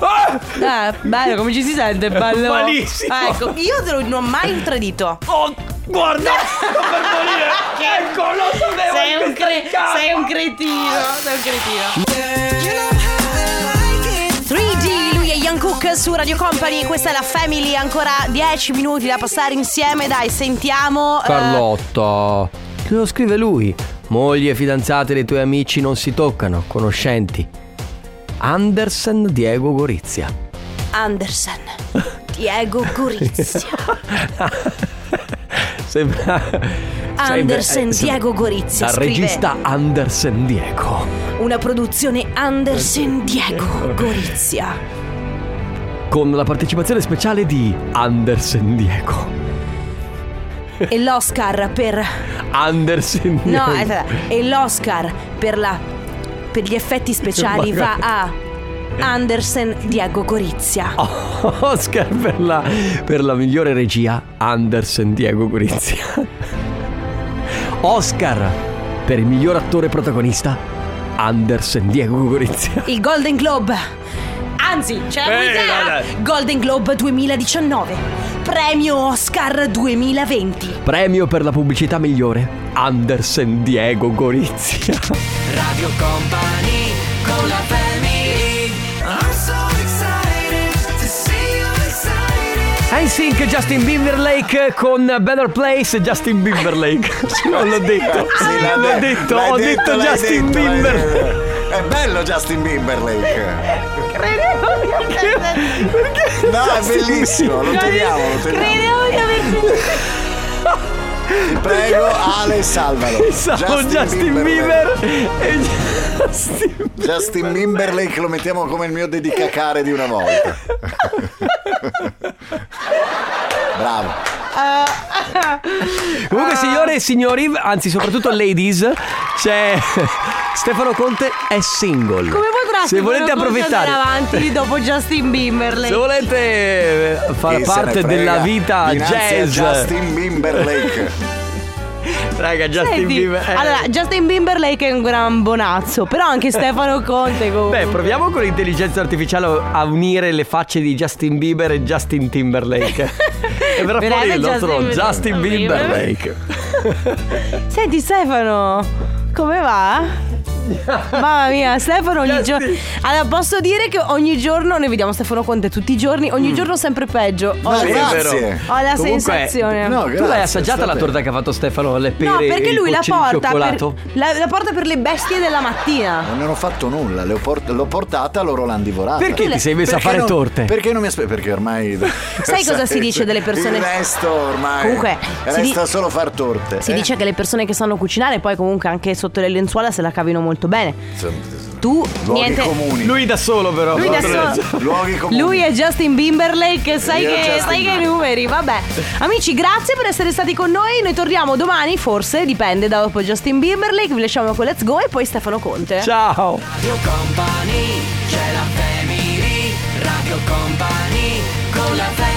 S2: Ah!
S3: Eh, bello, come ci si sente? Bello.
S2: Malissimo.
S3: Ecco, io te lo- non ho mai tradito.
S2: Oh, guarda, sto per morire.
S3: ecco,
S2: lo sapevo.
S3: Sei un, cre-
S2: cazzo.
S3: sei un cretino. Sei un cretino. 3D, lui è Young Cook su Radio Company. Questa è la Family. Ancora 10 minuti da passare insieme. Dai, sentiamo. eh,
S2: Carlotta. Te Eh, lo scrive lui. Mogli e fidanzate dei tuoi amici non si toccano, conoscenti. Andersen Diego Gorizia.
S3: Andersen. Diego Gorizia.
S2: Sembra
S3: Andersen
S2: sai, eh, sembra-
S3: Diego Gorizia.
S2: Dal
S3: scrive
S2: regista Andersen Diego.
S3: Una produzione Andersen Diego Gorizia.
S2: Con la partecipazione speciale di Andersen Diego.
S3: E l'Oscar per.
S2: Andersen Diego.
S3: No, aspetta, e l'Oscar per la. per gli effetti speciali va a. Andersen Diego Gorizia.
S2: Oh. Oscar per la, per la migliore regia Andersen Diego Gorizia. Oscar per il miglior attore protagonista Andersen Diego Gorizia.
S3: Il Golden Globe. Anzi, c'è la
S2: Eh,
S3: novità.
S2: dai,
S3: Golden Globe 2019. Premio Oscar 2020.
S2: Premio per la pubblicità migliore Andersen Diego Gorizia.
S5: Radio Company con la family I'm so excited to see you
S2: Sync, Justin Bieberlake con Better Place, Justin Bieberlake. Non l'ho detto.
S14: l'ha
S2: l'ho
S14: de-
S2: Ah, detto,
S14: l'hai
S2: ho
S14: detto,
S2: detto
S14: l'hai
S2: Justin
S14: detto, l'hai
S2: Bieber.
S14: detto. È bello Justin Bieberlake.
S3: Credevo di aver
S14: Perché? No, è bellissimo, lo teniamo, lo teniamo.
S3: Credevo di aver
S14: Prego, Ale, salvalo.
S2: Pensavo Justin e Justin,
S14: Bieberlake lo mettiamo come il mio dedicacare di una volta. Bravo.
S3: Ah.
S2: Comunque, signore e signori, anzi, soprattutto ladies, c'è Stefano Conte è single.
S3: Come potrà
S2: Se volete
S3: Stefano Conte
S2: approfittare,
S3: andare avanti dopo Justin Bieberlake?
S2: se volete eh, far
S14: Chi se ne
S2: parte
S14: frega
S2: della vita
S14: dinanzi a
S2: jazz,
S14: Justin Bieberlake.
S2: Raga, Justin
S3: Senti,
S2: Bieber. eh.
S3: Allora, Justin Bieberlake è un gran bonazzo, però anche Stefano Conte comunque.
S2: Beh, proviamo con l'intelligenza artificiale a unire le facce di Justin Bieber e Justin Timberlake. e verrà fuori
S3: Veramente
S2: il nostro
S3: Justin-
S2: Justin Bieberlake.
S3: Senti Stefano, come va? Mamma mia, Stefano ogni giorno. Allora, posso dire che ogni giorno noi vediamo Stefano Conte tutti i giorni, ogni giorno sempre peggio. Ho
S2: No,
S3: la,
S2: sì, Mm. è vero.
S3: ho la
S2: Comunque,
S3: sensazione.
S2: tu l'hai assaggiata la torta che ha fatto Stefano alle pere
S3: No, perché
S2: e
S3: lui
S2: il
S3: la
S2: coccino di
S3: porta, per,
S2: cioccolato?
S3: la, la porta per le bestie della mattina.
S14: Non hanno fatto nulla, le ho port- l'ho portata, loro l'hanno divorata.
S2: Perché ti sei messa a
S14: Perché
S2: fare
S14: non-
S2: torte?
S14: Perché non mi aspetta? Perché ormai.
S3: Sai cosa si dice delle persone-
S14: Il resto ormai.
S3: Comunque, si
S14: Resta
S3: di-
S14: solo far torte.
S3: Si
S14: eh?
S3: dice che le persone che sanno cucinare poi comunque anche sotto le lenzuola se la cavino molto bene. Tu
S14: Luoghi
S3: niente
S14: comuni.
S2: Lui da solo, però.
S3: Lui da solo.
S14: Luoghi comuni.
S3: Lui è Justin Bieberlake, sai
S14: Io
S3: che,
S14: Justin
S3: sai che numeri, vabbè. Amici, grazie per essere stati con noi. Noi torniamo domani, forse, dipende da dopo Justin Bieberlake. Vi lasciamo con Let's Go e poi Stefano Conte.
S2: Ciao.
S5: Radio Company, c'è la family, Radio Company, con la family.